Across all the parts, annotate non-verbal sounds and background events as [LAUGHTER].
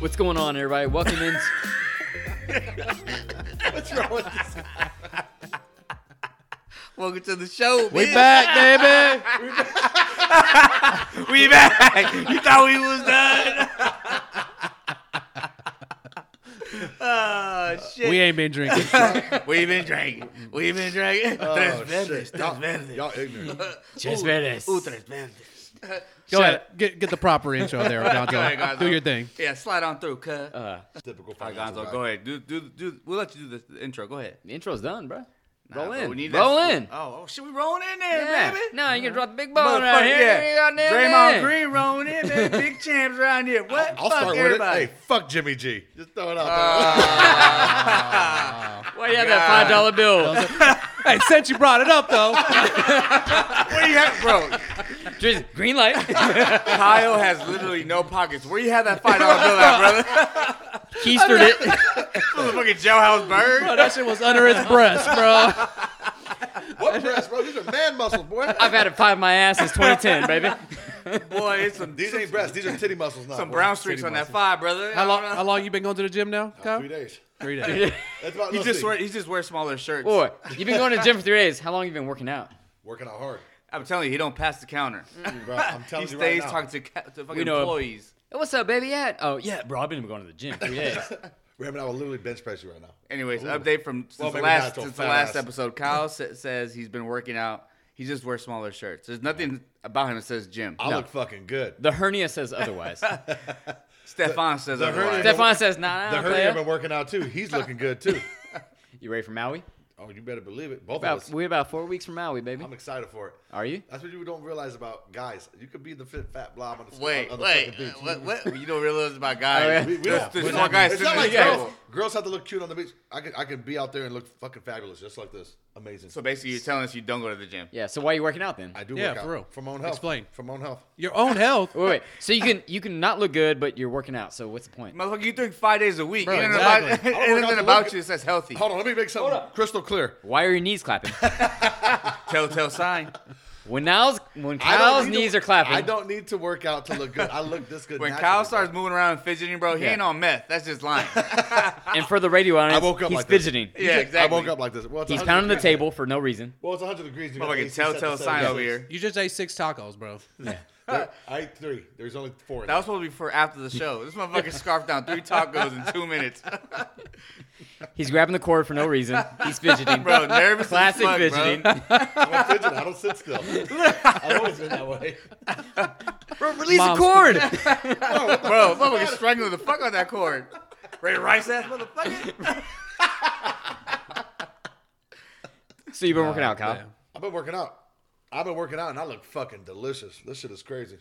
What's going on, everybody? Welcome [LAUGHS] in. What's wrong with this? Welcome to the show, We bitch. back, baby. We back. You thought we was done. [LAUGHS] oh shit. We ain't been [LAUGHS] drinking. We've been drinking. We've been drinking. tres verdes. Tres verdes. Oh, Y'all [LAUGHS] ignorant. Tres verdes. Ooh, tres verdes. Go ahead. Get, get the proper intro [LAUGHS] there, Gonzo. Go ahead, Gonzo. Do your thing. Yeah, slide on through, cuz. Typical All right, financial Gonzo, guy. go ahead. Do, do, do, we'll let you do the intro. Go ahead. [LAUGHS] The intro's done, bro. Roll Nah, but in. we need Roll that- in. Oh, oh, should we rolling in there, yeah. baby? No, you can drop the big bone right Motherfucker, here. yeah. You got Draymond Green rolling in, man. Big champs around here. What? I'll fuck start everybody. Uh, with it. Hey, fuck Jimmy G. Just throw it out Why you have that five dollar [LAUGHS] bill? Hey, since you brought it up, [LAUGHS] though, Where you have, [LAUGHS] bro? Just green light. Kyle has literally no pockets. Where you have that five dollar bill at, [LAUGHS] brother? Keistered [LAUGHS] it. Motherfucking Joe House Bird. oh, that shit was under his breast, bro. [LAUGHS] there. What press, bro? These are man muscles, [LAUGHS] boy. I've had it five my ass since 2010, baby. Boy, it's some These ain't breasts. These are titty muscles now. some boy. brown streaks on that five, brother. How [LAUGHS] long? How long you been going to the gym now, Kyle? Three days. [LAUGHS] Three days. That's about He no, just see, wear, he just wears smaller shirts. Boy, you've been going to the gym for three days. How long you been working out? working [LAUGHS] out hard. I'm telling you, he don't pass the counter. Bro, I'm He Mm. telling you right stays now. talking to, ca- to fucking know him. employees. Hey, what's up, baby? Yeah. Oh yeah, bro. I've been going to the gym three [LAUGHS] days. Raymond, I will literally bench press you right now. Anyways, update from since Well, the maybe last not till since the fat last ass. episode. Kyle sa- says he's been working out. He just wears smaller shirts. There's nothing about him that says gym. I No. look fucking good. the hernia says [LAUGHS] otherwise. Stefan says the otherwise. hernia- Stefan says, Nah, The nah, hernia playa. been working out too. He's looking [LAUGHS] good too. You ready for Maui? Oh, you better believe it. Both of About, us. we're about four weeks from Maui, baby. I'm excited for it. Are you? That's what you don't realize about guys. You could be the fit fat blob on the, Wait, on the wait, fucking beach. uh, what, what? You don't realize about guys. [LAUGHS] Oh, yeah. We, we There's- don't. there's We're more not- guys it's sitting not like at the girls. table. Girls have to look cute on the beach. I can I can be out there and look fucking fabulous, just like this. Amazing. So basically, you're telling us you don't go to the gym. Yeah. So why are you working out then? I do Yeah, work out for real. from own health. Explain. from own health. Your own health. Wait, wait. So you can you can not look good, but you're working out. So what's the point? Motherfucker, you drink five days a week. Bro, Ain't nothing [LAUGHS] exactly. about, I ain't don't work out nothing to about look- you that says healthy. Hold on, let me make something crystal clear. Why are your knees [LAUGHS] clapping? Telltale [LAUGHS] sign. when Niles, when I don't Kyle's need to- knees are clapping, I don't need to work out to look good. I look this good. When naturally, Kyle bro. starts moving around and fidgeting, bro, he Yeah. ain't on meth. That's just lying. [LAUGHS] and for the radio audience, I woke up he's like this. fidgeting. Yeah, exactly. I woke up like this. Well, it's He's 100 pounding the degrees. table for no reason. Well, it's 100 degrees. You got Motherfucking AC set to telltale 76. sign over here. You just ate six tacos, bro. There- I ate three. There's only four. That in there. was supposed to be for after the show. This [LAUGHS] motherfucker scarfed down three tacos in two minutes. [LAUGHS] He's grabbing the cord for no reason. He's [LAUGHS] fidgeting. Bro, nervous as Classic fuck, bro. fidgeting. [LAUGHS] I'm a fidget. I don't sit still. I've always been that way. Bro, release Mom's- the cord. Bro, [LAUGHS] motherfucker strangling the fuck on that cord. Ray Rice ass motherfucker. so you've been working out, Kyle. man. I've been working out. I've been working out, and I look fucking delicious. This shit is crazy.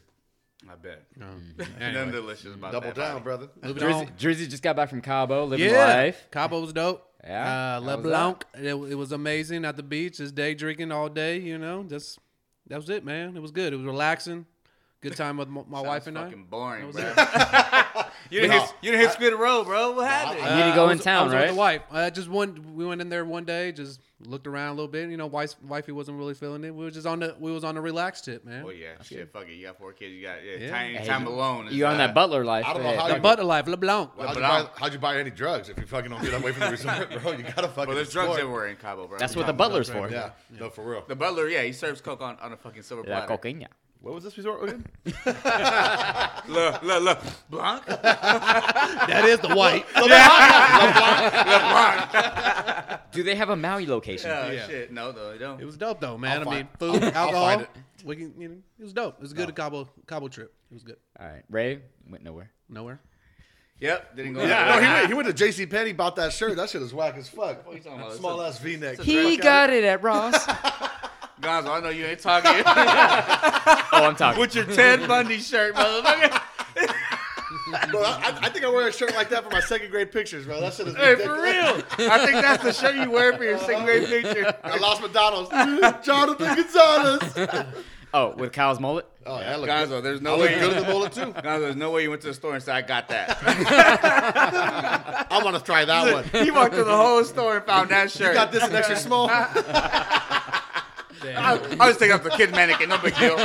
I bet. Nothing Anyway. delicious about Double that. down, body. brother. Moving Drizzy, on. Drizzy just got back from Cabo, living Yeah, life. Cabo was dope. Yeah, uh, how was LeBlanc. It, it was amazing at the beach. Just day drinking all day. You know, just that was it, man. It was good. It was relaxing. Good time with my, my Sounds wife and I. fucking boring, was bro. it. [LAUGHS] you didn't hit, you didn't hit Squid Row, bro. What happened? You need to go Uh, I in was- town, I was right? With the wife. Uh, just one. We went in there one day. Just looked around a little bit. You know, wife, wifey wasn't really feeling it. We were just on the. We was on the relaxed tip, man. Oh yeah, shit, fuck it. You got four kids. You got yeah, Yeah. tiny Hey, time alone. is uh, You on that butler life? I don't know yeah. how The you- butt alive, [LAUGHS] LeBlanc. How'd you, But I'm- buy, how'd you buy any drugs if you fucking don't get away from [LAUGHS] the resort, bro? You gotta fucking. Bro, there's drugs explore. everywhere in Cabo, bro. That's You what the talking about- butler's for. Yeah, no, for real. The butler, yeah, he serves coke on, on a fucking silver La platter. cocaine. What was this resort again? Look, look, look. [LAUGHS] Blanc? that is the [LAUGHS] white. Do they have a Maui location? Oh, Yeah. shit. No, though, they don't. It was dope though, man. I'll I mean, find- food, I'll- I'll alcohol. find it. We can, you know, it was dope. It was a good Cabo Cabo trip. It was good. All right, Ray went nowhere. Nowhere. yep, didn't go. Yeah, no, he went, he went to J.C. Penney, bought that shirt. That shit is whack as fuck. What are you talking about? Small It's ass V-neck. He got it at [LAUGHS] Ross. oh, Gonzo, I know you ain't talking. Oh, I'm talking. With your Ted Bundy shirt, motherfucker. Bro, I, I think I wear a shirt like that for my second grade pictures, bro. That shit is hey, for ridiculous. real. I think that's the shirt you wear for your second grade picture. [LAUGHS] [LAUGHS] I lost McDonald's. Jonathan Gonzalez. Oh, with Kyle's mullet. Oh, yeah, look Gonzo, there's no I look way. good [LAUGHS] in the mullet too. Gonzo, there's no way you went to the store and said, I got [LAUGHS] that. I want to try that one. he walked through the whole store and found that shirt. You [LAUGHS] got this in extra small. [LAUGHS] I, Damn. I was taking off the kid mannequin, no big deal.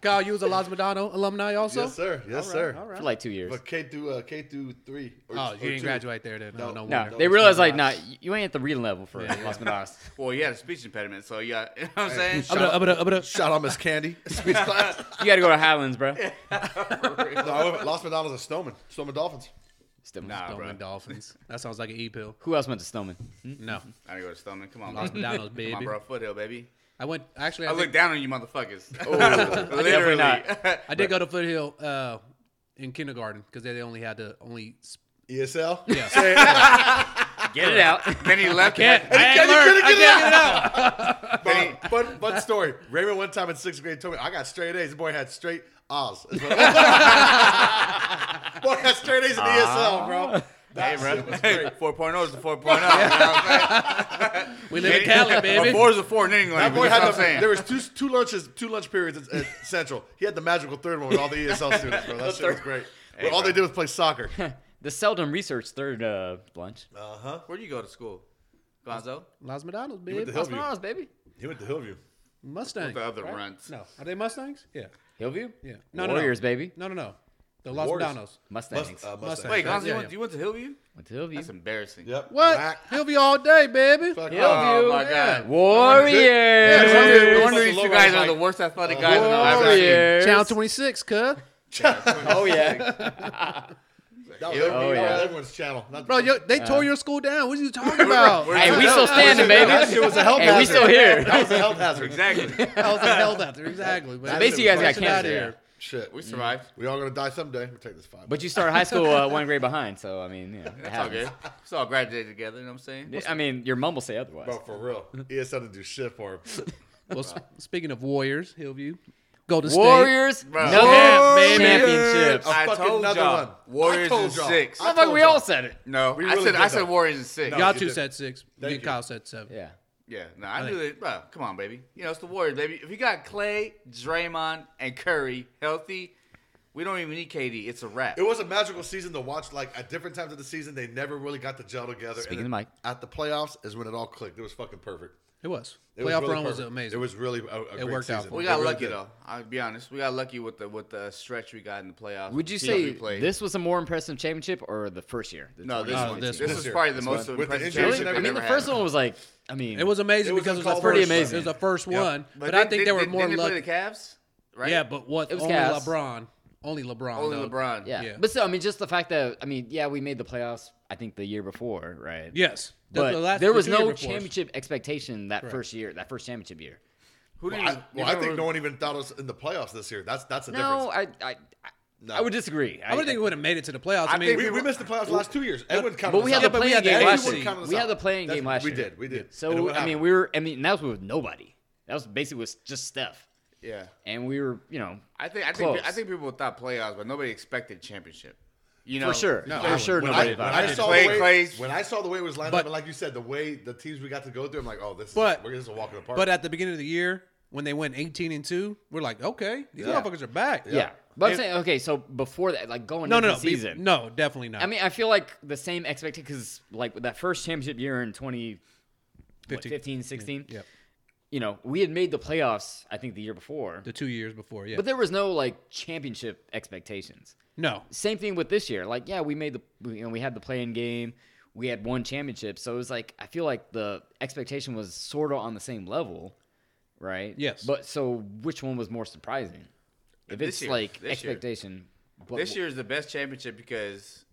Kyle, you was a Los Madonna alumni also. yes, sir. Yes, sir. All for right. like two years. But K through uh, K through three. Or, Oh, or you didn't two. [LAUGHS] [LAUGHS] graduate there, then. No, no, No, wonder. they realized like, nah, you ain't at the reading level for Yeah, yeah. Las Manadas. Well, he had a speech impediment, so yeah, [LAUGHS] you know what I'm saying? I'm gonna- I'm gonna- I'm gonna- Shout out Miss Candy. Speech class. You got to go to Highlands, bro. No, I went, Lost McDonald's and Snowman. Snowman Dolphins. Stillman. Nah, bro. Dolphin Dolphins. That sounds like an E pill. Who else went to Stillman? No, I gotta go to Stoneman. Come on, Los bro. Madonna's Come on, baby. bro. Foothill, baby. I went actually. I, I think- look down on you [LAUGHS] motherfuckers. Oh, Definitely Literally. not. I did go to Foothill uh, in kindergarten because they they only had the only. sp- ESL. [LAUGHS] Yeah. Say it. Get it out. [LAUGHS] Then he left. I ain't you learned. couldn't I get it can't get it out. [LAUGHS] Fun, fun, fun story. Raymond one time in sixth grade told me I got straight A's. The boy had straight O's. [LAUGHS] boy had straight A's in ESL, bro. That Hey, shit was bro. great. 4.0 is the 4.0. oh, You know what I'm saying? We live in Cali, A baby. four is a four in England. That boy That's had what I'm saying. the, there was two two lunches two lunch periods at, at Central. He had the magical third one with all the ESL students, bro. That shit was great. But all bro. they did was play soccer. Uh The seldom research third uh, lunch. huh. Where'd you go to school? Gonzo? Los Madonna's went baby. to Las Hillview. Manadas, baby. He went to Hillview. Mustang. The other right? runts. No, are they Mustangs? Yeah, Hillview? yeah. No, no, Warriors, no. baby. No, no, no. The Los Warriors. Madonna's. Mustangs. Must, uh, Mustang. Mustang. Wait, Gonzo, Yeah, you, yeah. went, you went to Hillview? Went to Hillview. That's embarrassing. Yep. What? [LAUGHS] Whack. He'll be all day, baby. Fuck Hillview. Oh, my yeah. God. Warriors. No Yeah, wonder- Warriors. no wonder these Logo two guys was are the like- worst athletic guys in the I've Warriors. Channel 26, cuz. Oh, yeah. That was Yep. every- Oh, that was yeah. everyone's channel. Not- Bro, yo, they tore your school down. [LAUGHS] What are you talking about? We're- hey, we still standing, baby. That shit was a health Hey, we hazard. still here. That was a health hazard. Exactly. That was a hell out there. Exactly. But Basically, you guys got Fresh outta cancer. yeah. here. Shit. Mm. We [LAUGHS] survived. We all gonna die someday. We'll take this [LAUGHS] five. But you started high school uh, one grade behind, so, I mean, yeah. That's all good. We all graduated together, you know what I'm saying? I mean, your mum will say otherwise. bro, for real, [LAUGHS] ESL didn't do shit for him. Well, s- speaking of Warriors, Hillview, Golden State. Warriors, Bro. another Yeah, baby. championships. I Fucking told another y'all. one. Warriors I told in y'all. six. I I thought told we y'all. all said it. No, We I really said did I said though. Warriors in six. Y'all you two did. said six. Thank Me and you. Kyle said seven. Yeah. Yeah, no, I knew that. Bro, come on, baby. You know it's the Warriors, baby. If you got Clay, Draymond, and Curry healthy, we don't even need KD. It's a wrap. It was a magical season to watch. Like at different times of the season, they never really got to gel together. Speaking and of Mike. at the playoffs is when it all clicked. It was fucking perfect. It was. It Playoff was really run was perfect. amazing. It was really a, a great worked out season. for we It got really lucky did. though. I'll be honest. We got lucky with the with the stretch we got in the playoffs. Would you the teams say we played. this was a more impressive championship or the first year? The No, this 2019? one. Oh, this This, one. was probably the most With the impressive injuries Really? championship and they've I mean, ever the had. first one was like, I mean, It was amazing It was because it was the uncalled first. pretty first, amazing. It was the first Yep. one, but, they- I think they- they were they- more didn't they lucky. play the Cavs, right? Yeah, but what? It was only Cavs. LeBron. Only LeBron. only though. LeBron. yeah. Yeah. But still, I mean, just the fact that, I mean, yeah, we made the playoffs, I think, the year before, right? Yes. The- But the last- there the was two year no befores. championship expectation that first year, that first championship year. Who do you? Well, I, well, I remember- think no one even thought us in the playoffs this year. That's that's the No, difference. I, I, I, I would disagree. I would think we would have made it to the playoffs. I, I mean, think we, we missed the playoffs last two years. Edwin counted But we us had out. the playing had the game AFC. last Everyone year. counted us We out. had the playing That's- game last we year. did, we did. And So what I mean, happened? we were. I mean, that was with nobody. That was basically was just Steph, Yeah, and we were, you know, I think I Close. think I think people thought playoffs, but nobody expected championship. You know, for sure, No, for sure, When nobody I, when thought I it. saw the Clay- way, Clay's- when I saw the way it was lined But- up, and like you said, the way the teams we got to go through, I'm like, oh, this is But- we're just walking apart. but at the beginning of the year when they went 18 and two, we're like, okay, these motherfuckers are back. Yeah, but I'm And- saying okay. So before that, like going No, into no, the no. season, be- No, definitely not. I mean, I feel like the same expectation because like with that first championship year in 20, what, 15. 15, 16, Yep. you know, we had made the playoffs. I think the year before, the two years before, yeah. but there was no like championship expectations. no, same thing with this year. Like, yeah, we made the we, you know, we had the playing game, we had one championship, so it was like I feel like the expectation was sort of on the same level, right? Yes. But so which one was more surprising? If This it's year. like This year. expectation, but this year is the best championship because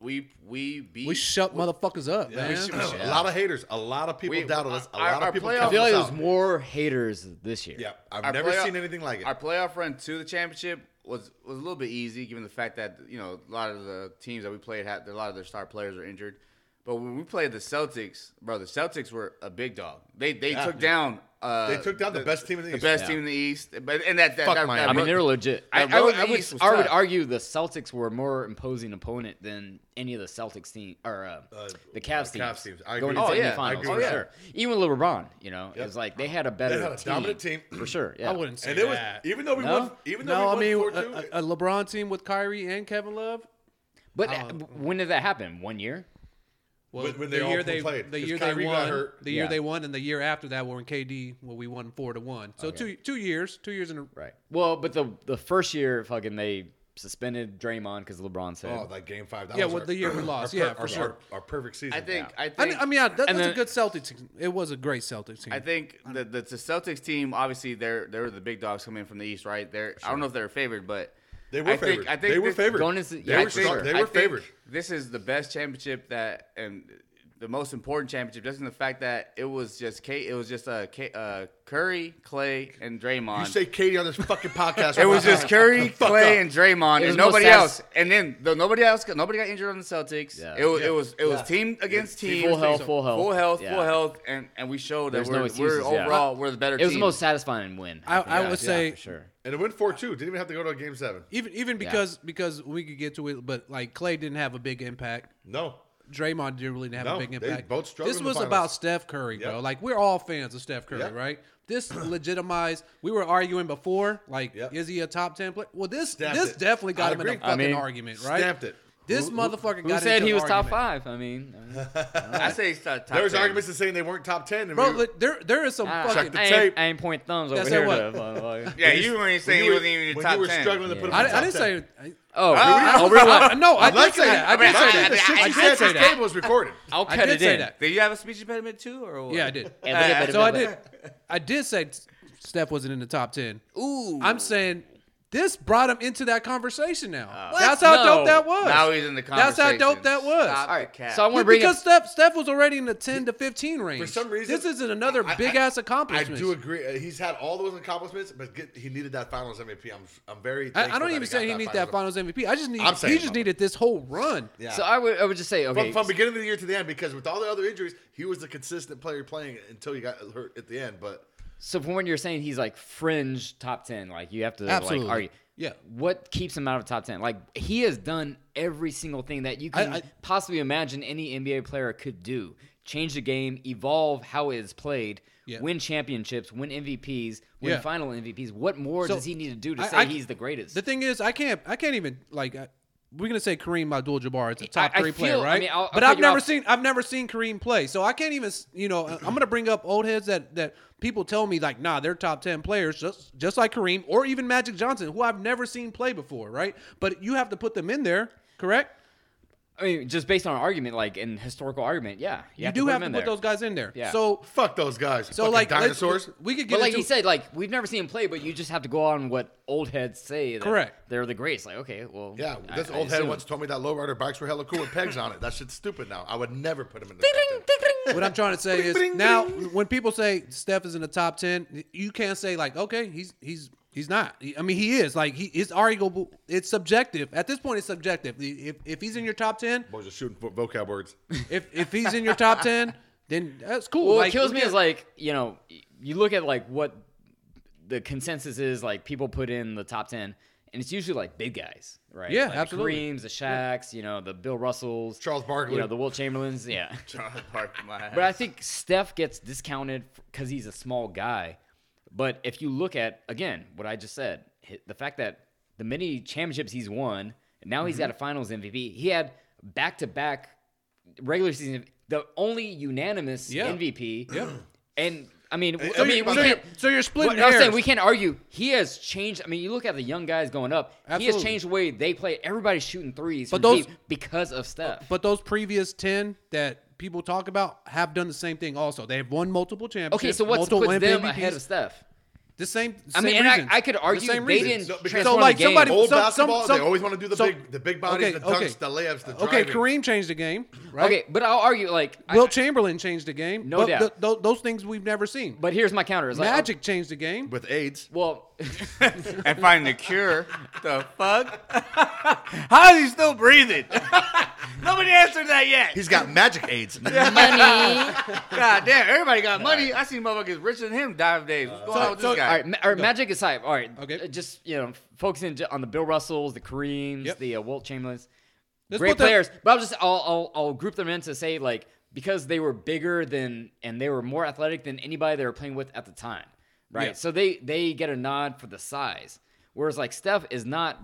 we we beat we shut motherfuckers up, man. We should- we should- [LAUGHS] a lot of haters, a lot of people We- doubted us, a our- lot our of people. playoff- I counted feel like us there's out. more haters this year. Yeah, I've Our never playoff- seen anything like it. Our playoff run to the championship was was a little bit easy, given the fact that you know a lot of the teams that we played had a lot of their star players are injured. But when we played the Celtics, bro, the Celtics were a big dog. They they Yeah. took down. Uh, They took down the best team in the the East. best Yeah. team in the East. But and that that, Fuck that, Miami. that I mean, they're legit. I, that I road would, to I, would, East was I would tough. argue the Celtics were a more imposing opponent than any of the Celtics team or uh, the Cavs team. Cavs teams. I going into agree. Oh, the yeah. I finals agree for with that. sure. Even with LeBron, you know, it was like they had a better had a dominant team. for sure. Yeah, I wouldn't say and it was that. even though we No? won, even though no, I we mean uh, won four two. a, a LeBron team with Kyrie and Kevin Love. But uh, when did that happen? One year. Well, When- when they all played, the 'cause year Kyrie they got won, hurt. the year Yeah. they won, and the year after that, when KD, when we won four to one. So two two years, two years in a Right. Well, but the the first year, fucking, they suspended Draymond because LeBron said. Oh, that game five. That Yeah, was well, our- the year we our lost. per- Yeah, our- for sure. Our, our perfect season. I think I I think mean, I mean, I, that, that's then- a good Celtics team. It was a great Celtics team. I think the, the the Celtics team obviously they're they're the big dogs coming from the East, right? They're I don't know if they're favored, but They were I think, favored. I think They were this- favored. Going into- They yeah, were I think- strong- they I were think favored. This is the best championship that and the most important championship. Just in the fact that it was just Kate, it was just uh, K, uh Curry, Clay, and Draymond. You say Katie on this fucking [LAUGHS] podcast. it was just Curry, Fuck Clay, up. and Draymond, It was and the most nobody satis- else. And then the, nobody else, got, nobody got injured on the Celtics. Yeah. It was, Yeah. it was, it was Yeah. team against team, Full health, full health, full health, yeah. full health, and and we showed that There's we're, no we're excuses, yeah. overall we're the better. It was the team. most satisfying win. I, think, I yeah, would say for sure. and it went four two. Didn't even have to go to a game seven. even even because because we could get to it, but like Clay didn't have a big impact. No, Draymond didn't really have No, a big they impact. both struggled this in the was finals. about Steph Curry, bro. Yep. Like we're all fans of Steph Curry, Yep. right? This [CLEARS THROAT] legitimized. We were arguing before, like, Yep. is he a top ten player? Well, this Stamped this it. definitely got I him in a agree. I fucking mean, argument, right? stamped it. This motherfucker Who got said into he an was top argument. five? I mean, I mean, I say it's top top There was 10. arguments to saying they weren't top ten. and bro. we- Look, there there is some I, fucking. the I tape. ain't, I ain't point thumbs over That's here. what- to- like- Yeah, you weren't saying he were- wasn't even in when top you were ten. struggling to put him I, in the I top didn't say. 10. I, Oh, I, oh, rewind. I- no, I did Let's say say that. I that. did I mean, say I- The that. shit I you did said say to the that. table [LAUGHS] was recorded. I'll I cut did it say in. that. Did you have a speech impediment too, or what? Yeah, I did. Hey, look at that, So I look did. at I did say Steph wasn't in the top ten. that. Ooh, I'm saying this brought him into that conversation now. What? That's how No. dope that was. Now he's in the conversation. That's how dope that was. Stop All the right, cap. so I Yeah, want to bring because it. Steph Steph was already in the ten to fifteen range. some reason- this isn't another I- I- big ass I accomplishment. do agree. Uh, He's had all those accomplishments, but get, he needed that Finals MVP. I'm, I'm I- very. I thankful don't that even he say got he needs that Finals MVP. I just need I'm saying he just something. needed this whole run. Yeah. So I would, I would just say, okay, From, from beginning of the year to the end, because with all the other injuries, he was the consistent player playing until he got hurt at the end. But So from when you're saying he's like fringe top ten, like you have to Absolutely. like argue. Yeah. What keeps him out of top ten? Like he has done every single thing that you can I- I- possibly imagine any NBA player could do. Change the game, evolve how it is played, Yeah. win championships, win MVPs, win Yeah. final MVPs. What more So, does he need to do to I- say I- he's the greatest? The thing is, I can't I can't even like. I, we're gonna say Kareem Abdul-Jabbar is a top I three player, feel- I right? mean, I'll- I'll but cut I've you never off. seen I've never seen Kareem play, so I can't even you know I'm gonna bring up old heads that that people tell me like nah they're top ten players just just like Kareem or even Magic Johnson who I've never seen play before, right? But you have to put them in there, correct? I mean, just based on argument, like an historical argument, yeah, You, have do put him have to in there. put those guys in there. Yeah. So fuck those guys. so Fucking like let's- dinosaurs. we could get But like into, he said, like we've never seen him play, but you just have to go on what old heads say. That Correct. They're the greatest. Like okay, well, Yeah, I- this I old head assume. once told me that lowrider bikes were hella cool with pegs on it. That shit's stupid now. I would never put him in the top 10. What I'm trying to say is now when people say Steph is in the top ten, you can't say like, okay, he's he's he's not. I mean, he is like he it's arguable. It's subjective at this point. It's subjective. If if he's in your top ten, Boys are shooting vo- vocab words. if if he's in your top ten, then that's cool. Well, Like, what kills you me can't- is like you know you look at like what the consensus is like people put in the top ten, and it's usually like big guys, right? Yeah, like absolutely. The Kareems, the Shaqs, you know, the Bill Russells, Charles Barkley. you know, the Will Chamberlains, [LAUGHS] yeah. Park my But I think Steph gets discounted because he's a small guy. But if you look at again what I just said, hi- the fact that the many championships he's won, and now Mm-hmm. he's got a Finals MVP. He had back to back regular season, the only unanimous Yeah. MVP. Yeah. [CLEARS THROAT] And I mean, And- I and mean, you- we so can't. so you're splitting But I'm hairs. saying we can't argue. He has changed. I mean, you look at the young guys going up. He Absolutely. has changed the way they play. Everybody's shooting threes, but those- those because of Steph. but those previous ten that people talk about have done the same thing. Also, they have won multiple championships. okay, so what's multiple puts them MVPs. ahead of Steph? The same. I mean, same and I, reasons. I could The argue same they reasons. didn't No, because- transform So, like, the game. somebody- Old some- basketball, some- they always want to do the so- big, the big bodies, okay, the dunks, okay. the layups, the Okay, driving. Kareem changed the game, right? Okay, but I'll argue like I- Will Chamberlain changed the game. No but doubt. th- th- those things we've never seen. but here's my counter: is like, um, Magic changed the game. with AIDS. well, and find the cure. the fuck? How is he still breathing? Nobody answered that yet. He's got magic [LAUGHS] aids. Money. God damn, everybody got money. I seen motherfuckers richer than him dive days. What's going so- on with so- this guy? All right, ma- all right, Magic is hype. All right, Okay. okay. Just you know, focusing j- on the Bill Russells, the Kareems, Yep. the uh, Wilt Chamberlains, Let's great put the- players. But I'll just I'll, I'll I'll group them in to say like because they were bigger than and they were more athletic than anybody they were playing with at the time, right? Yeah. So they they get a nod for the size, whereas like Steph is not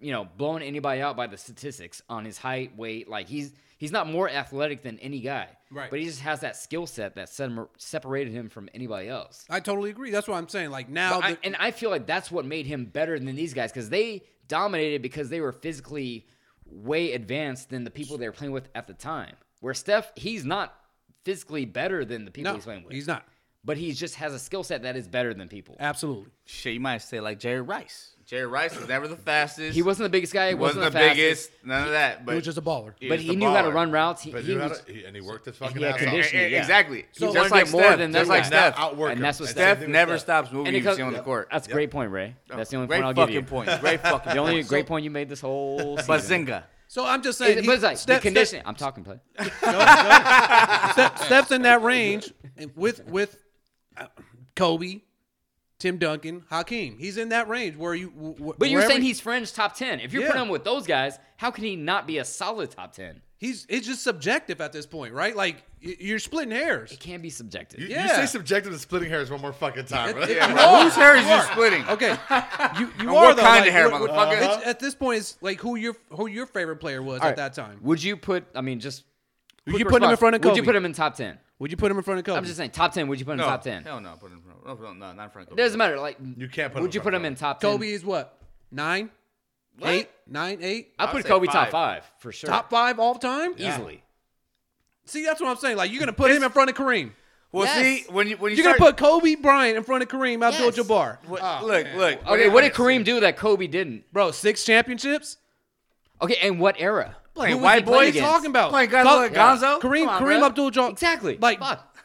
you know blowing anybody out by the statistics on his height, weight. Like he's he's not more athletic than any guy, Right. But he just has that skill set that set him, separated him from anybody else. I totally agree. That's what I'm saying. Like now, But I- the, and I feel like that's what made him better than these guys because they dominated because they were physically way advanced than the people they were playing with at the time. Where Steph, he's not physically better than the people no, he's playing with. he's not. But he just has a skill set that is better than people. Absolutely. Shit, you might say like Jerry Rice. Jerry Rice was never the fastest. He wasn't the biggest guy. He wasn't, the fastest, biggest. None of that. But He was just a baller. But was he the knew how to baller. run routes. He, But he he was, was, and he worked his fucking he had ass E- off. condition. e- yeah. Exactly. So- just Wanted like more Steph. than that. just like Yeah. Now Steph. outwork And him. that's what the same Steph thing with never stops moving. and You it comes- see on the court. That's a great point, Ray. That's the only Great point I'll give you. fucking point. Great fucking. The only [LAUGHS] [LAUGHS] point. great point you made this [LAUGHS] whole season. Bazinga. So I'm just saying. It, he- but it's like Steph- the conditioning. I'm talking play. Steph, Steph's in that range and with with uh, Kobe, Tim Duncan, Hakeem. He's in that range where you. wh- wh- But you're wherever- saying he's fringe top ten. If you're Yeah. putting him with those guys, how can he not be a solid top ten? he's it's just subjective at this point, right? Like y- you're splitting hairs. It can be subjective. You, you Yeah. say subjective and splitting hairs one more fucking time. right? it- Yeah, You bro. are. Whose hair is You you are. splitting? [LAUGHS] Okay, you you what are though, kind of like, hair, what- what- motherfucker? Uh-huh. it's- At this point, it's like who your who your favorite player was All at right. that time. Would you put? I mean, just Would you quick put him in response. front of Would you Kobe? put him in top ten? Would you put him in front of Kobe? I'm just saying top ten. Would you put him No. in top ten? Hell no. Put him. No, no, no, not in front of It doesn't matter. Like You can't put him Would in you front put of him in top ten? Kobe is what nine, What? eight, nine, eight. I I'd put say Kobe top five. five for sure. Top five all time. easily. See, that's what I'm saying. Like you're gonna put him in front of Kareem. Well, Yes. see, when you when you You're start, gonna put Kobe Bryant in front of Kareem Abdul-Jabbar, What, look, look. Okay, what did Kareem do that Kobe didn't? bro. Six championships. Okay, and what era? Playing Who was white he playing boys? What are you against? talking about? Playing guys Col- like Gonzo? Kareem, Come on, Kareem bro. Abdul-Jabbar. Exactly. Like Fuck.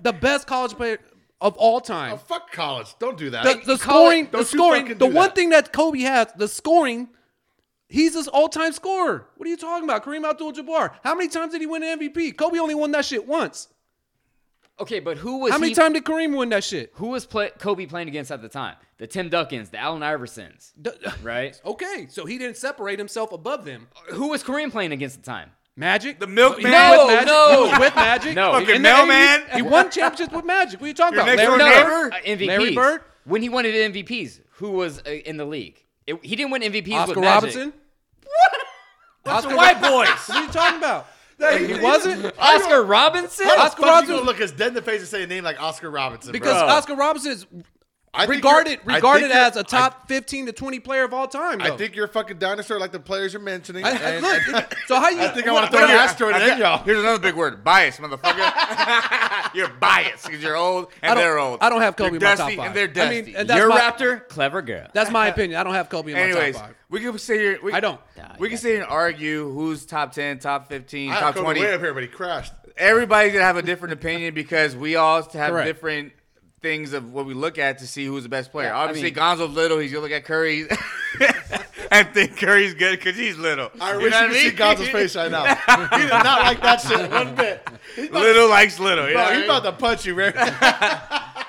the best college player of all time. Oh, fuck college. Don't do that. the, the you call scoring, it- don't the you scoring, fucking the do one that. thing that Kobe has, the scoring. He's his all-time scorer. What are you talking about, Kareem Abdul-Jabbar? How many times did he win the MVP? Kobe only won that shit once. Okay, but who was How many he- times did Kareem win that shit? Who was play- Kobe playing against at the time? The Tim Duckins, the Allen Iversons, D- right? Okay, so he didn't separate himself above them. Who was Kareem playing against at the time? Magic, The milkman? He was No, with Magic. no. He was with Magic. No. Fucking In the 80s, mailman. He won championships with Magic. What are you talking Your about? next Larry door Bird? neighbor? Uh, MVPs. Larry Bird? When he wanted MVPs, who was uh, in the league? It- he didn't win MVPs Oscar with Magic. Robinson. What's Oscar the white [LAUGHS] What boys? are you talking about? That- he [LAUGHS] wasn't. Oscar Robinson? How the Oscar fuck you Robinson- gonna look as dead in the face and say a name like Oscar Robinson? Because bro? Oscar Robinson is I think regarded you're- I regarded think you're- as a top fifteen to twenty player of all time. I, though. I think you're a fucking dinosaur like the players you're mentioning. I- I- and- look, and- it- so how you? I think I want to throw Look an here, asteroid I at got- y'all. Here's another big word: bias, [LAUGHS] motherfucker. you're biased because you're old and I don't- they're old. I don't have Kobe You're in my top dusty five. and they're I mean, dusty. and that's You're my- Raptor, clever girl. That's my opinion. I don't have Kobe in my Anyways, top five. we can sit here. We, I don't. We can sit here and argue who's top ten, top fifteen, I top have Kobe twenty. way up here, but he crashed. Everybody's gonna have a different opinion because we all have Correct. different things of what we look at to see who's the best player. Yeah, I Obviously, mean- Gonzo's little. He's gonna look at Curry [LAUGHS] and think Curry's good because he's little. I You wish know you what could I see mean? Gonzo's face right now. He did not like that shit one bit. He [LAUGHS] about, Little likes little. You know bro, what I he mean? about to punch [LAUGHS] you, man.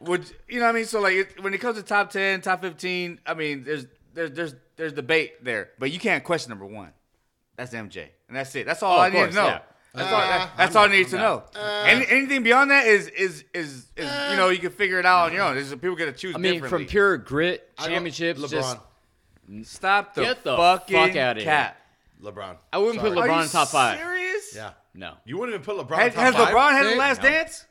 Would you know what I mean? So like it, when it comes to top ten, top fifteen, I mean there's there's there's there's debate there, but you can't question number one. That's MJ, and that's it. That's all Oh, I of need course, to know. yeah. That's, all, Uh, that- that's all I need to know. Any, anything beyond that is is is, is you Uh, know you can figure it out on your own. There's, people get to choose. I mean, differently. from pure grit, I don't- championships, LeBron. just stop the, Get the fucking fuck outta here. cap. LeBron. I wouldn't put Sorry. LeBron Are in you top five. Serious? Yeah. no. You wouldn't even put LeBron. Has, in top has five? LeBron had See? the last No. dance?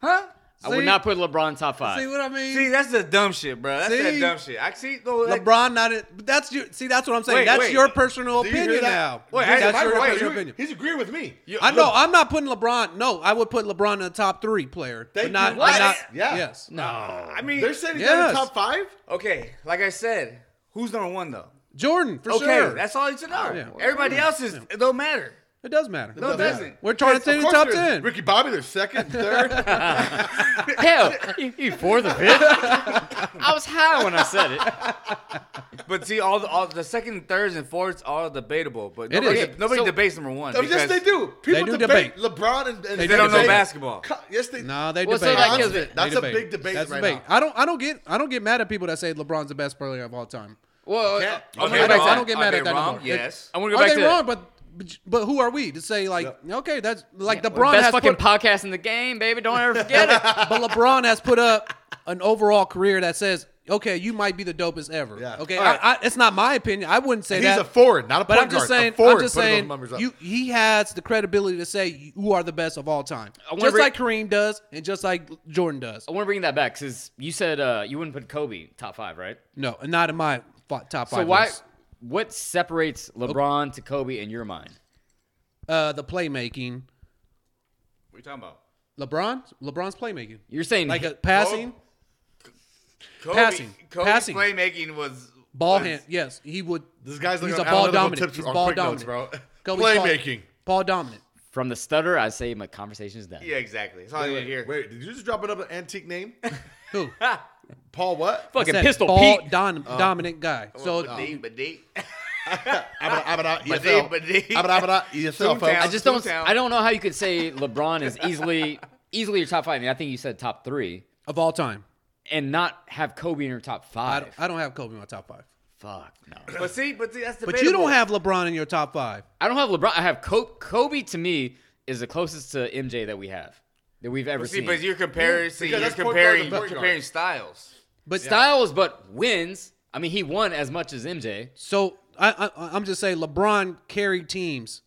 Huh? I would See? not put LeBron top five. See what I mean? See, that's the dumb shit, bro. That's See? that dumb shit. I see. though, like- LeBron not. In, but that's your. See, that's what I'm saying. Wait, that's wait. your personal Do you hear opinion that? now. Wait, that's hey, your wait, wait, personal you- opinion. He's agreeing with me. I know. I'm not putting LeBron. No, I would put LeBron in the top three player. Thank but not, you. but What? not- Yeah. Yes. [LAUGHS] I mean, They're saying he's Yes. in the top five. Okay, like I said, who's number one though? Jordan for Okay, sure. that's all you need to know. yeah. Everybody else is it don't matter. It does matter. No, it Doesn't doesn't. matter. We're trying to Yes, stay in of the course top it is. 10. Ricky Bobby, they're second, third. Hell, you, you fourth or [LAUGHS] fifth? I was high when I said it. But see, all the all the second, thirds, and fourths are all debatable. But It nobody, is. nobody So- debates number one. Oh, yes, because they do. People do debate. LeBron and, and They They don't know Debate. basketball. Co- Yes, they. No, they Well, so debate. like, That's is it- a- that's They a big debate That's right debate. now. I don't. I don't get. I don't get mad at people that say LeBron's the best player of all time. Well, Yeah. I wanna uh, Okay, go back to- I don't get are mad they at that no wrong? more. Yes. I want to go Are back they to wrong? But but who are we to say like okay that's like LeBron best has fucking put, podcast in the game, baby. Don't ever forget [LAUGHS] it. but LeBron has put up an overall career that says okay you might be the dopest ever. Yeah. Okay, All right. I, I, it's not my opinion. I wouldn't say He's that. a forward, not a but point I'm just guard. A saying, I'm forward just putting those saying, numbers up. you, he has the credibility to say you are the best of all time, wanna just bring- like Kareem does, and just like Jordan does. I want to bring that back because you said uh, you wouldn't put Kobe top five, right? No, not in my fi- top five. So why? list. What separates LeBron to Kobe in your mind? Uh, the playmaking. What are you talking about? LeBron, LeBron's playmaking, You're saying like a passing Kobe, Passing. Kobe's Passing. playmaking was ball was- hand. Yes, he would. this guy's he's looking a at ball analytical dominant. tips He's on ball quick notes, dominant, bro. Kobe's ball- Playmaking. ball dominant. from the stutter, I say my conversation's done. Yeah, exactly. That's all I need to hear. Wait, did you just drop another antique name? [LAUGHS] Who? Paul what? Fucking Said pistol ball Pete. dom- Oh. dominant guy. So um, but they, but they, [LAUGHS] Abada, abada, But ESL. they- but they- Abada, abada, ESL, Toontown. folks. I just don't. Toontown. I don't know how you could say LeBron is easily easily your top five. I mean, I think you said top three, of all time, and not have Kobe in your top I five. don't, I don't have Kobe in my top five. Fuck no. but see, but see, that's debatable. But you don't have LeBron in your top five. I don't have LeBron. I have Kobe. Kobe to me is the closest to MJ that we have that we've ever See, seen. but you're comparing. See, Because you're that's point guard comparing. to point You're guard. comparing styles. But Styles, but wins. I mean, he won as much as MJ. So I, I, I'm just saying, LeBron carried teams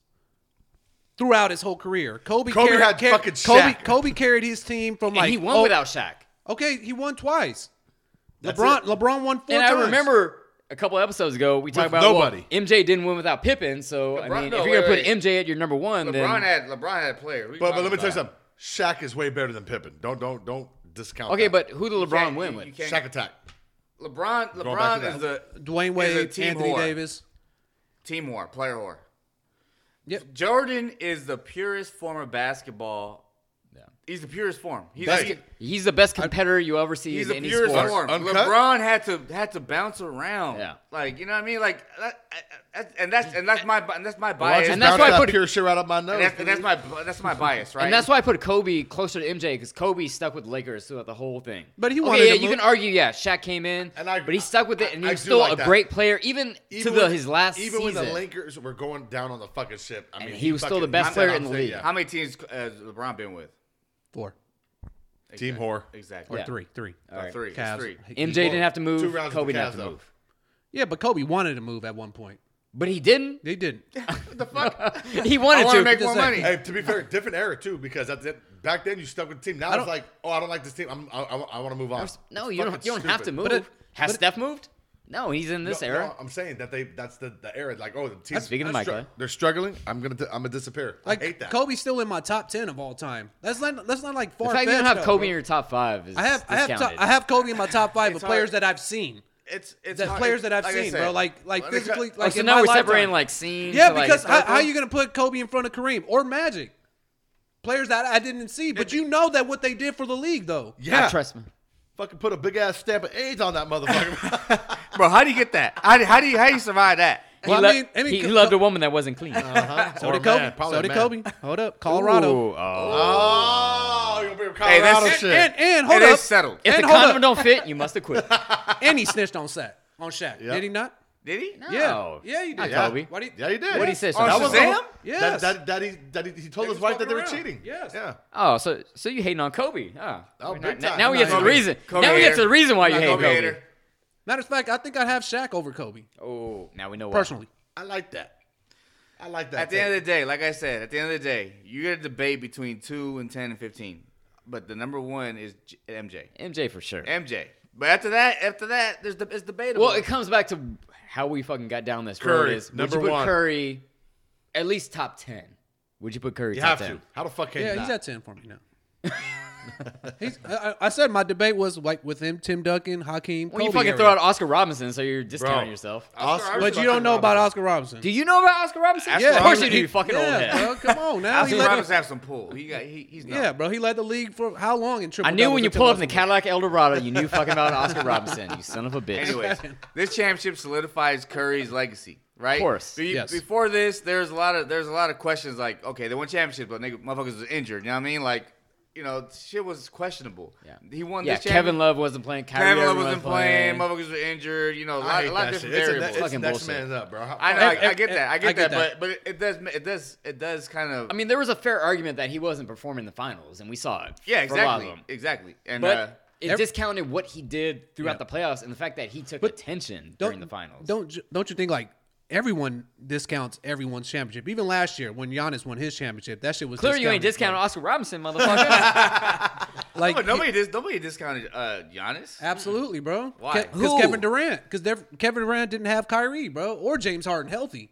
throughout his whole career. Kobe, Kobe carried, had car- fucking Kobe, Shaq. Kobe carried his team from And like he won oh, without Shaq. Okay, he won twice. That's LeBron, it. LeBron won four And times. I remember a couple episodes ago we talked about well, nobody. MJ didn't win without Pippen. So I LeBron- mean, no, if you're gonna wait, put MJ at your number one, LeBron then had LeBron had a player. What are But, but let talking me tell you about? something. Shaq is way better than Pippen. Don't don't don't discount. okay. that. But who did LeBron can't- win you- with? you can't- Shaq attack. LeBron, Going LeBron back to is the Dwayne is a Wade, team Anthony whore. Davis. team war, player war. Yep. Jordan is the purest form of basketball. Yeah. He's the purest form. He's That's- like- He's the best competitor you ever see he's in the any purest sport. form. Uncut? LeBron had to had to bounce around. Yeah. Like you know what I mean? Like that- that- and that's and that's my and that's my bias. And And that's that's why I that put- pure shit right up my nose. And that's, and that's my that's my bias, right? And that's why I put Kobe closer to MJ because Kobe stuck with Lakers throughout the whole thing. But he okay, wanted yeah, to you move- can argue, yeah, Shaq came in, And I- but he stuck with it, and I- he I was do still like a that. great player, even, Even to the, when- his last even season. when the Lakers were going down on the fucking ship, I mean, he was still fucking- the best I'm player not in the saying, league. yeah. How many teams has LeBron been with? Four Team whore. Exactly. or Yeah. three, three. Uh, right. Three. it's Cavs. Three. He- MJ didn't have to Two move, rounds Kobe with the didn't have Cavs, to though. move. Yeah, but Kobe wanted to move at one point. But he [LAUGHS] didn't. They didn't. the fuck? He wanted I want to. to make Just more saying. money. Hey, to be fair, different era too, because that's it. Back then you stuck with the team. Now it's don't- like, oh, I don't like this team. I'm, I, I, want to move on. no, It's you don't, fucking you don't have stupid. to move. it- Has but it- Steph moved? No, he's in this No, era. no, uh, I'm saying that they that's the, the era. Like, oh, the team. Speaking of Mike, they're struggling. I'm gonna di- I'm gonna disappear. Like I hate that. Kobe's still in my top ten of all time. That's not. That's not like the far. fact you don't have Kobe in your top five is I have. I have. discounted. to- I have Kobe in my top five of It's players hard. that I've seen. It's it's The hard. players that I've Like I seen, said, bro. Like like like I said- physically. Oh, Oh, Like so in now my we're lifetime. separating like scenes. Yeah, to, like, because how, historical? how are you going to put Kobe in front of Kareem or Magic? Players that I didn't see, but you know that what they did for the league, though. yeah, I trust me. fucking put a big ass stamp of AIDS on that motherfucker. Bro, how do you get that? How do, how do you how do you survive that? he, Well, I lo- mean- I mean, Uh, he, he co- loved co- a woman that wasn't [LAUGHS] clean. So did Kobe. So did Kobe. Hold up, Colorado. Ooh, oh. Oh, you're gonna bring Hey, that's- Colorado and- shit. And and hold It up, is settled. If And the hold condom up. don't fit, you must have quit. and he snitched on Sat on Shaq. Did he not? Did he? Yeah, yeah, you Not did. Yeah. Oh. Kobe. Why do you? yeah, he did. What he said? On something. was- Sam? Shazam? Yes. That, that, that, he, that he, he told They his was wife that they were walking around. cheating. Yes. Yeah. Oh, so so you hating on Kobe? Ah. Oh, Now- big time. Now we get to the Kobe. reason. Kobe Now we get to hater. the reason why you Not hate Kobe Kobe. hater. Matter of fact, I think I'd have Shaq over Kobe Oh, now we know why. personally. I like that. I like that. At the end of the day, like I said, at the end of the day, you got to debate between two and ten and fifteen, but the number one is J- MJ. MJ for sure. MJ. But after that, after that, there's the, it's debatable. Well, it comes back to how we fucking got down this road. Curry, Is would number you put one. Curry at least top ten? Would you put Curry you top have ten? to. How the fuck can Yeah, you he's not? at ten for me now. [LAUGHS] He's, I, I I said my debate was like with him, Tim Duncan, Hakeem. Well, you Kobe fucking area. throw out Oscar Robinson, so you're discounting Bro. yourself. Uh, Oscar- but you don't know about Oscar Robinson. Do you know about Oscar Robinson? Oscar of course you do. Robinson- You fucking yeah, old head. bro, come [LAUGHS] on now. he Oscar led the- Roberts have some pull. He got he, he's yeah, bro, he led the league for how long in triple? I knew doubles when you until pulled up in the Russell- Cadillac Eldorado, you knew fucking about Oscar Robinson. You son of a bitch. Anyways, [LAUGHS] this championship solidifies Curry's legacy, right? Of course. Be- Yes. Before this, there's a lot of there's a lot of questions like, okay, they won championships, but nigga, motherfuckers was injured. You know what I mean? Like, you know, shit was questionable. Yeah. He won. yeah, this Kevin champion- Love wasn't playing. Kyrie Kevin Love Irving wasn't playing. Motherfuckers were injured. You know, a lot, I a hate lot of that shit. different It's, a, variables. it's Fucking next bullshit. man up, bro. How- I know, Ev- I, I ev- get that. I get, I that, get that. but but it does it does it does kind of I mean, there was a fair argument that he wasn't performing in the finals, and we saw it. yeah for a lot of exactly them. exactly and But uh, it Every- discounted what he did throughout the playoffs and the fact that he took But attention Don't- during the finals. Don't ju- don't you think like everyone discounts everyone's championship? Even last year when Giannis won his championship, that shit was Clearly, you ain't discounting Oscar Robinson, [LAUGHS] motherfucker. Like nobody nobody, dis, nobody discounted uh, Giannis. Absolutely, bro. Why? Because Who? Kevin Durant, because Kevin Durant didn't have Kyrie, bro, or James Harden healthy,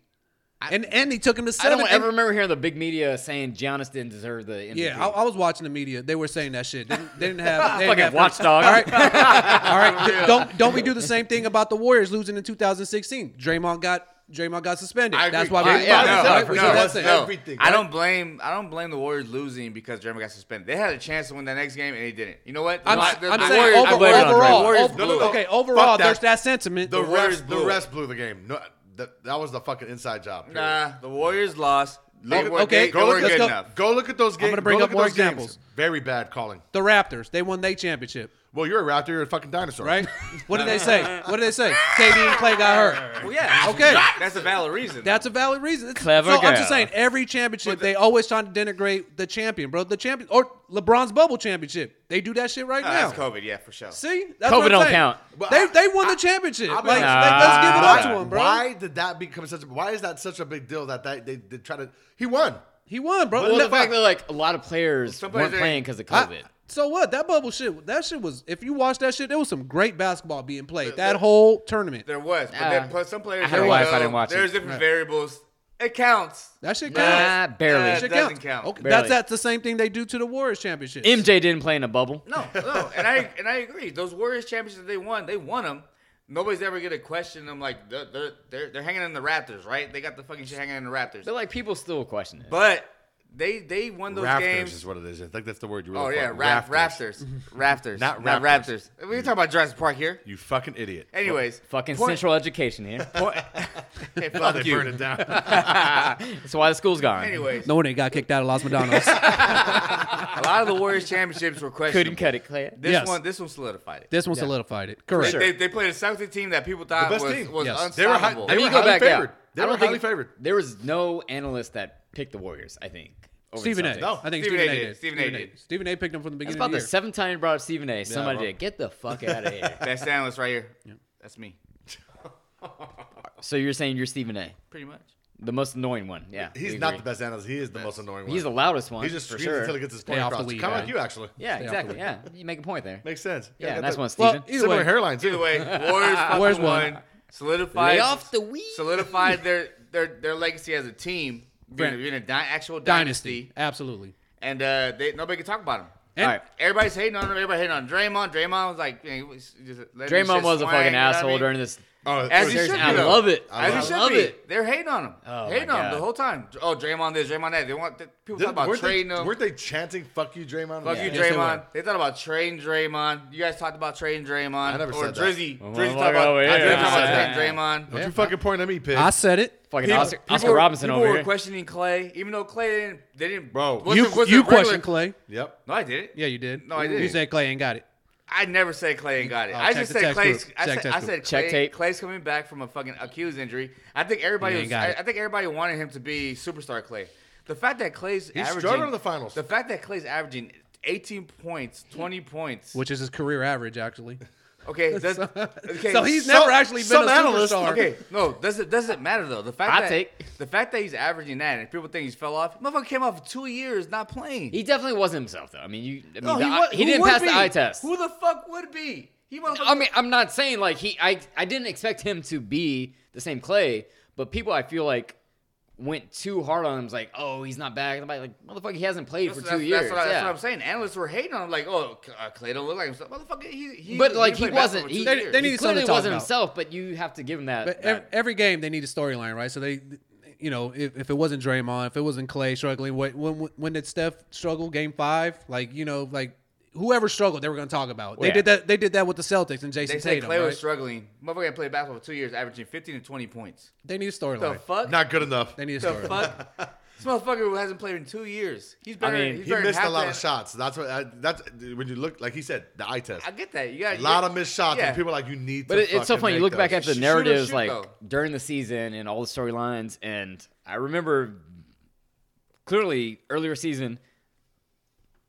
and and he took him to I seven. don't and- ever remember hearing the big media saying Giannis didn't deserve the MVP. yeah, I, I was watching the media. They were saying that shit. They didn't, they didn't have they didn't fucking have- watchdog. All right, all right. d- Don't don't we do the same thing about the Warriors losing in 2016? Draymond got Draymond got suspended. I agree. That's why Yeah, we. yeah, that's no, right, we no, said that that's same- no. everything, I right? don't blame I don't blame the Warriors losing because Draymond got suspended. They had a chance to win that next game and they didn't. You know what? The, I'm, the- the I'm saying Warriors- over- I blame it on overall. Draymond. Warriors over- blew it. okay, Fuck overall, that. there's that sentiment. The, The Warriors rest, the blew it. rest blew the game. No, that, that was the fucking inside job. period. nah, the Warriors lost. They Look- weren't, okay, they, go they look- weren't let's good go. enough. Go look at those games. gonna bring go up look at more those games. examples. Very bad calling. the Raptors, they won their championship, Well, you're a raptor. You're a fucking dinosaur. right? what did they say? What did they say? KD and Clay got hurt. Well, yeah. Okay. That's a valid reason. That's a valid reason. It's, Clever So I'm girl. just saying, every championship they always trying to denigrate the champion, bro. The champion or LeBron's bubble championship, they do that shit right Ah, now. that's COVID, yeah, for sure. See, that's COVID what I'm don't saying. count. They they won the championship. I've Like, been- let- let's give it up to Why- him, bro. Why did that become such? a Why is that such a big deal that they, they, they try to? He won. He won, bro. Well, No, the fact that like a lot of players Some players weren't ain't- playing because of I- COVID. so what? That bubble shit. That shit was. If you watch that shit, there was some great basketball being played. That whole tournament. There was, but Nah. then plus some players. Uh, I had don't a wife, I know. didn't watch it. There's different variables. It counts. That shit Nah, counts. barely. That That shit doesn't counts. count. Okay, Barely. that's that's the same thing they do to the Warriors championship. MJ didn't play in a bubble. No, no, and I and I agree. Those Warriors championships they won, they won them. Nobody's ever gonna question them. Like they're they're they're, they're hanging in the Raptors, right? They got the fucking shit hanging in the Raptors. But like people still question it. But they they won those Raptors games. is what it is. I think that's the word you really. oh yeah, fucking- ra- Raptors, Raptors, Not not Raptors. Raptors. We can talk about Jurassic Park here. You fucking idiot. Anyways, Fucking point- central education here. Point, hey, Oh, fuck they you. burned it down. That's why the school's gone. Anyways, No one ain't got kicked out of Los McDonald's. [LAUGHS] a lot of the Warriors championships were couldn't questionable. cut it, Clay. This Yes. one, this one solidified it. this one solidified it. Correct. They, they played a Celtic team that people thought The best was, team. was Yes. They were high- unstoppable. they Let me were go highly back favored. out. They I were don't think- highly favored. There was no analyst that picked the Warriors. I think over the Stephen A. Celtics. No. I think Stephen Stephen A A. did. did. Stephen A did. Stephen A. picked him from the That's beginning. about of the the year. seventh time you brought up Stephen A. Somebody bro. did. Get the fuck out of here. That's the analyst right here. That's me, so you're saying you're Stephen A. pretty much. The most annoying one. Yeah. He's we not agree. the best analyst. He is the most annoying one. He's the loudest one. He just for screams sure. until he gets his Stay point off the across. lead, Kind of like man. you, actually. yeah, Stay off the exactly. leee. Yeah. You make a point there. Makes sense. yeah, got nice that one, Well, Stephen. either Similar way, hairline too. [LAUGHS] Either way, Warriors fucking Warriors won. won. Solidified. Lay off the weed. Solidified their their their legacy as a team, being, a- Right. being a di- actual dynasty, Dynasty. Absolutely. and uh, they, nobody could talk about them. And- All right. Everybody's hating on him. Everybody hating on Draymond. Draymond was like, man, was just let this Draymond shit was a swing, fucking you know what I asshole mean? during this. Oh, As oh, he should seriously. be, I though. love it. I I As he love should be. it. They're hating on him. Oh, my hating on him the God. whole time. Oh, Draymond this, Draymond that. They want they, people Didn't- talk about weren't, they, trading him. weren't they chanting "fuck you, Draymond"? Fuck you, Yes, they Draymond. were. They, thought about trading Draymond. You guys talked about trading Draymond. I never or said that. Drizzy. Well, well, Drizzy talked about, well, yeah, I did yeah, talk about yeah. trading Draymond. Don't you fucking point at me, pig. I said it. Fucking People- Oscar, people Oscar were- Robinson People over were here. questioning Clay, even though Clay didn't. They didn't Bro. wasn't- you wasn't you regular- questioned Clay. Yep. No, I didn't. Yeah, you did. No, I You didn't. said Clay ain't got it. I never said Clay ain't got it. Oh, I check just the said text Clay's. group. I Check said, text I said group. Check Clay, tape. Clay's coming back from a fucking Achilles injury. I think everybody He ain't was. got I, it. I think everybody wanted him to be superstar Clay. The fact that Clay's He struggled averaging in the finals. The fact that Clay's averaging 18 points, 20 points. Which is his career average, actually. Okay, does, okay. so he's some- never actually been some a analysts- superstar. Okay, no, does it doesn't matter though. The fact Hot that take. the fact that he's averaging that and people think he's fell off. Motherfucker came off two years not playing. He definitely wasn't himself though. I mean, you. I mean, No, the eye- wa- he, who didn't would pass be? the eye test. Who the fuck would be? He motherfucker. I mean, I'm not saying like he. I I didn't expect him to be the same Clay, but people I feel like went too hard on him. It's like, oh, he's not back. I'm like, motherfucker, he hasn't played for two that's, years. That's what, I, yeah. that's what I'm saying. Analysts were hating on him, like, "Oh, uh, Clay don't look like himself." Motherfucker, he, he but like played he wasn't. basketball for He, two They- years. they need he something to clearly talk wasn't about. himself. But you have to give him that. But that- ev- every game they need a storyline, right? So they, you know, if, if it wasn't Draymond, if it wasn't Clay struggling, what when when did Steph struggle? Game five, like you know, like whoever struggled, they were going to talk about. They Yeah. did that. They did that with the Celtics and They Jason said Tatum. Clay right? was struggling. Motherfucker had played basketball for two years, averaging 15 to 20 points. they need a The storyline. fuck? Not good enough. They need a the storyline. fuck? this motherfucker who hasn't played in two years. He's better. mean, he's He better than missed a half lot the- of shots. That's what. I, that's when you look like he said the eye test. I get that. You got A lot of missed shots, yeah. and people are like you need. But to it, it's so fucking funny. You make look back those. at the Sh- narratives shoot, like though. during the season and all the storylines, and I remember clearly earlier season.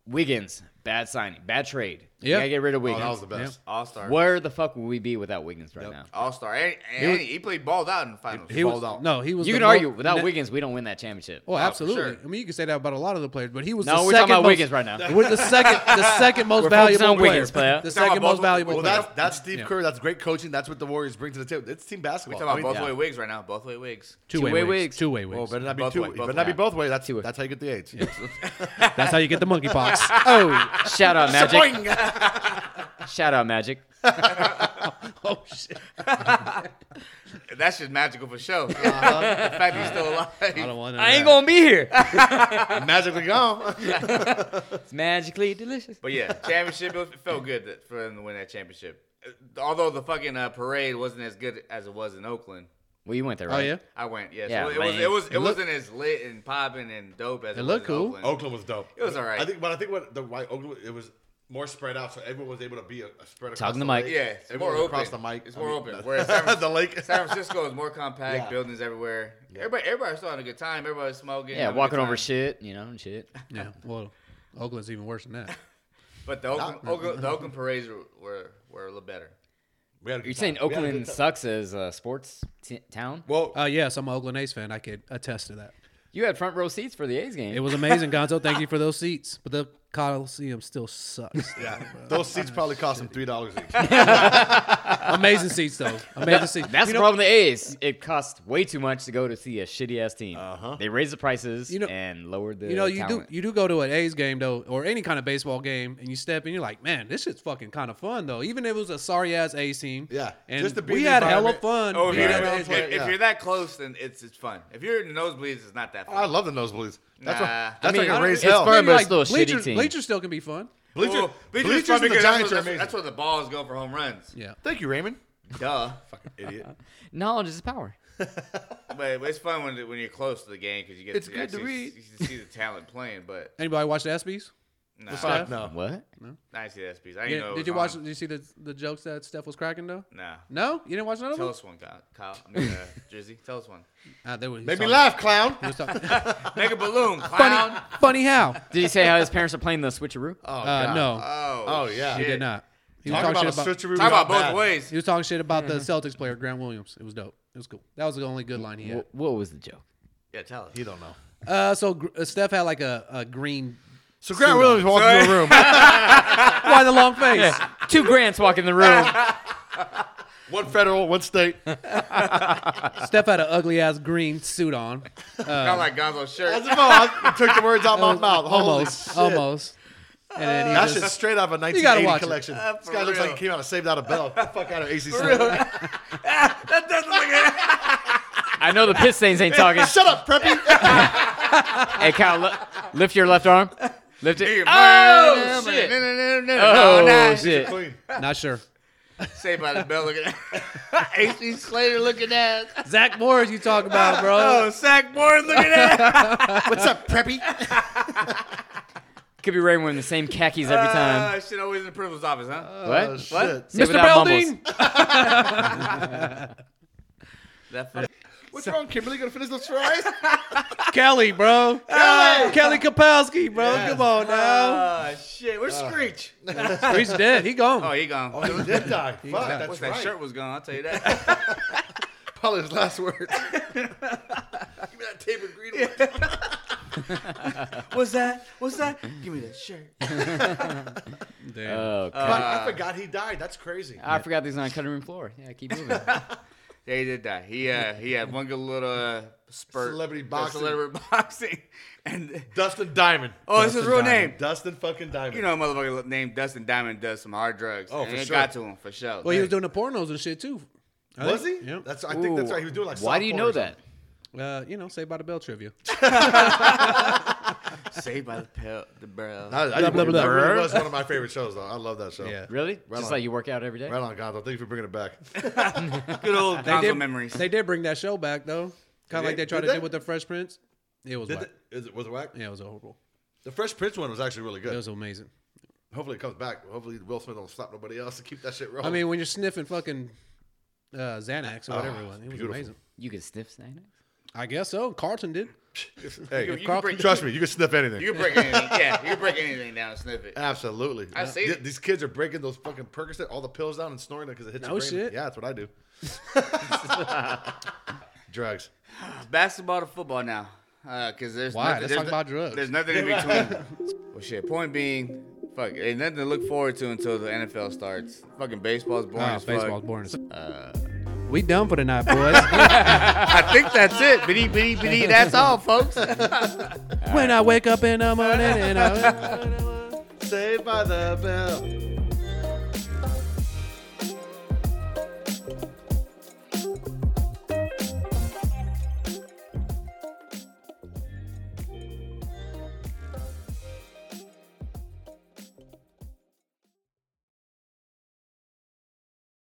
Wiggins, bad signing, bad trade. Yeah. Yeah, gotta get rid of Oh, Wiggins. that was the best. All star. Where the fuck would we be without Wiggins right now? All star. And, and he, played balled out in the finals. he was balled out. no, he was. You the can mo- argue without ne- Wiggins, we don't win that championship. Oh, absolutely. sure. I mean, you can say that about a lot of the players, but he was. No, the we're second talking about most, Wiggins right now. [LAUGHS] [LAUGHS] We're the second, the second most We're focused valuable on player. Wiggins, player. The Talking second about most both- valuable. well, player. that's that's Steve Yeah. Kerr. That's great coaching. That's what the Warriors bring to the table. It's team basketball. Talking about I mean, both way wigs right now. Both way wigs. two-way two-way wigs. wigs. Two-way Oh, wigs. better not be Both two. way, both better not way. be both way. That's Two way. that's how you get the AIDS. [LAUGHS] That's how you get the [LAUGHS] monkey pox. Oh, shout out Magic! Boing! Shout out Magic! oh shit! That's just magical for sure. [LAUGHS] the fact he's still alive. I don't want. I ain't gonna be here. [LAUGHS] Magically gone. It's magically delicious. But yeah, championship. It felt good that, for them to win that championship. Uh, Although the fucking uh, parade wasn't as good as it was in Oakland. Well, you went there, Oh right? yeah. I went. Yeah. Yeah, so it was. man. It was. It, It looked- wasn't as lit and popping and dope as it, It was looked in cool. Oakland. Oakland was dope. It was all right. I think, but I think what the why Oakland it was more spread out, so everyone was able to be a, a spread across Talking the to Mike. lake. Yeah, it's everyone more was open. across the mic. It's I more mean, open. the- Whereas San Francisco, [LAUGHS] the lake. San Francisco is more compact. Yeah. Buildings everywhere. Everybody, everybody was still having a good time. Everybody was smoking. Yeah, having a walking good over time. shit, you know, and shit. Yeah. Well, Oakland's even worse than that. But the Oakland, [LAUGHS] Oakland, the Oakland parades were, were were a little better. We had a good You're time. saying We had a good Oakland time. sucks as a sports t- town? Well, Uh, yes, I'm an Oakland A's fan. I could attest to that. You had front row seats for the A's game. [LAUGHS] It was amazing, Gonzo. Thank you for those seats, but the Coliseum still sucks. yeah, those seats probably cost them three dollars each. amazing seats, though. [LAUGHS] Amazing seats. That's the you know, problem with the A's. It costs way too much to go to see a shitty ass team. Uh-huh. They raised the prices You know- and lowered the You know, you do talent. you do go to an A's game though, or any kind of baseball game, and you step in, you're like, man, this shit's fucking kind of fun though. Even if it was a sorry ass A's team, Yeah. and Just to be we in the had hella environment. fun. Oh, if, being you're, at that, the yeah. if, A's Yeah. game. if you're that close, then it's it's fun. If you're in the nosebleeds, it's not that fun. I love the nosebleeds. That's Nah. what. I That's mean, like a I- raised it's hell. fun, but it's Like, still a shitty bleachers, team. bleachers still can be fun. Bleacher, Well, bleachers bleachers, fun and the because that's Giants where- are that's, amazing. that's where the balls go for home runs. Yeah. Thank you, Raymond. Duh. Idiot. Knowledge is power. [LAUGHS] but it's fun when when you're close to the game because you get It's to good to actually read. s- you see the talent playing. But Anybody watch the ESPYS? nah, Fuck no. Uh, What? I didn't see that piece. I didn't know. it Yeah, did was you watch? on. Did you see the the jokes that Steph was cracking though? Nah. No, you didn't watch none of Tell them. us one, Kyle. Kyle. I mean, uh, Drizzy, tell us one. Ah, they were, he was Made me talking- laugh, clown. he was talking- Make a balloon, clown. funny, [LAUGHS] funny how? Did he say how his parents are playing the switcheroo? [LAUGHS] [LAUGHS] Oh Uh, God. no, Oh, Oh, yeah. he shit. did not. He was Talk talking about a shit about, switcheroo. Talk about gone both bad. ways. he was talking shit about the Mm-hmm. Celtics player Grant Williams. It was dope. It was cool. That was the only good line he had. Wh- What was the joke? Yeah, tell us. He don't know. Uh, so Gr- uh, Steph had like a, a green. So Grant Williams walked into a room. Why [LAUGHS] the long face? Two grants walk in the room. One federal, one state. Steph had an ugly ass green suit on. Kind of like Gonzo's shirt. As if I took the words out my mouth. almost, Holy shit. almost. And then he That just, shit's straight out of a gotta watch it. 1980 collection. Uh, this for guy looks real. like he came out of Saved Out of Bell. Fuck out of AC. that doesn't look at I know the piss stains ain't [LAUGHS] talking. Shut up, preppy. hey, Kyle, li- lift your left arm. Lift it. Oh, shit. No, no, no, no, no. Oh, no, nah. shit. Clean. not sure. Say by the bell looking at AC Slater looking at. Zach Morris, you talk about, [LAUGHS] bro? Oh, Zach Morris looking at. What's up, preppy? Could be Ray wearing the same khakis every time. Uh, shit, always in the principal's office, huh? what? Oh, shit. Say Mr. without Belding. mumbles. That fuck. What's wrong, Kimberly? Gonna finish those fries? Kelly, bro. Kelly, Kelly Kapowski, bro. Come on now. Oh, shit. Where's Screech? He's dead. He gone. Oh, he gone. Uh, Oh, he did die. Fuck, that's Wish that right. shirt was gone, I'll tell you that. Probably his last words. Give me that tapered green one. What's that? What's that? Give me that shirt. Damn. Oh, Fuck, Uh, I forgot he died. That's crazy. [LAUGHS] I forgot these on a cutting room floor. Yeah, keep moving. Yeah, he did die. He uh, he had one good little uh, spurt. Celebrity of boxing. Celebrity [LAUGHS] boxing. And Dustin Diamond. Oh, it's his Dustin real Diamond. name. Dustin fucking Diamond. you know, a motherfucker named Dustin Diamond does some hard drugs. Oh, and for it sure. got to him for sure. Well, he was doing the pornos and shit too. I was he? think. Yeah. That's I think that's Ooh, right. He was doing like. Why do you softcore know or something. that? Uh, you know, say by the bell trivia. saved by the pill, the [LAUGHS] bro. I, I, Blah, that blah, blah. really was one of my favorite shows, though. I love that show. Yeah. Really? Just on. like you work out every day? Right on, Gonzo. Thank you for bringing it back. Good [LAUGHS] old They Gonzo did, memories. They did bring that show back though, kind of like they? they tried Did to they? do with the Fresh Prince. It was [LAUGHS] Did whack. it, is it was it whack? yeah, it was horrible. The Fresh Prince one was actually really It good. was amazing. Hopefully it comes back. Hopefully Will Smith don't stop nobody else to keep that shit rolling. I mean, when you're sniffing fucking uh, Xanax or whatever Oh, it was, it was beautiful. amazing. You can sniff Xanax? I guess so. Carlton did. hey, You, you can Carl- break, trust me, you can sniff anything. you can break anything. Yeah, you can break anything down and sniff it. Absolutely. I've seen Th- it. These kids are breaking those fucking Percocet, all the pills down and snoring it because it hits No your brain. shit. Yeah, that's what I [LAUGHS] do. [LAUGHS] Drugs. basketball to football now. Because there's Why? Nothing, Let's there's talk about drugs. There's nothing in between. [LAUGHS] well, shit. Point being, fuck, ain't nothing to look forward to until the NFL starts. Fucking baseball's boring. Oh, as fuck. baseball's boring. as- we done for tonight, boys. I think that's it. Bitty, bitty, bitty. That's all, [LAUGHS] folks. when I wake up in the morning, and I- Saved by the bell.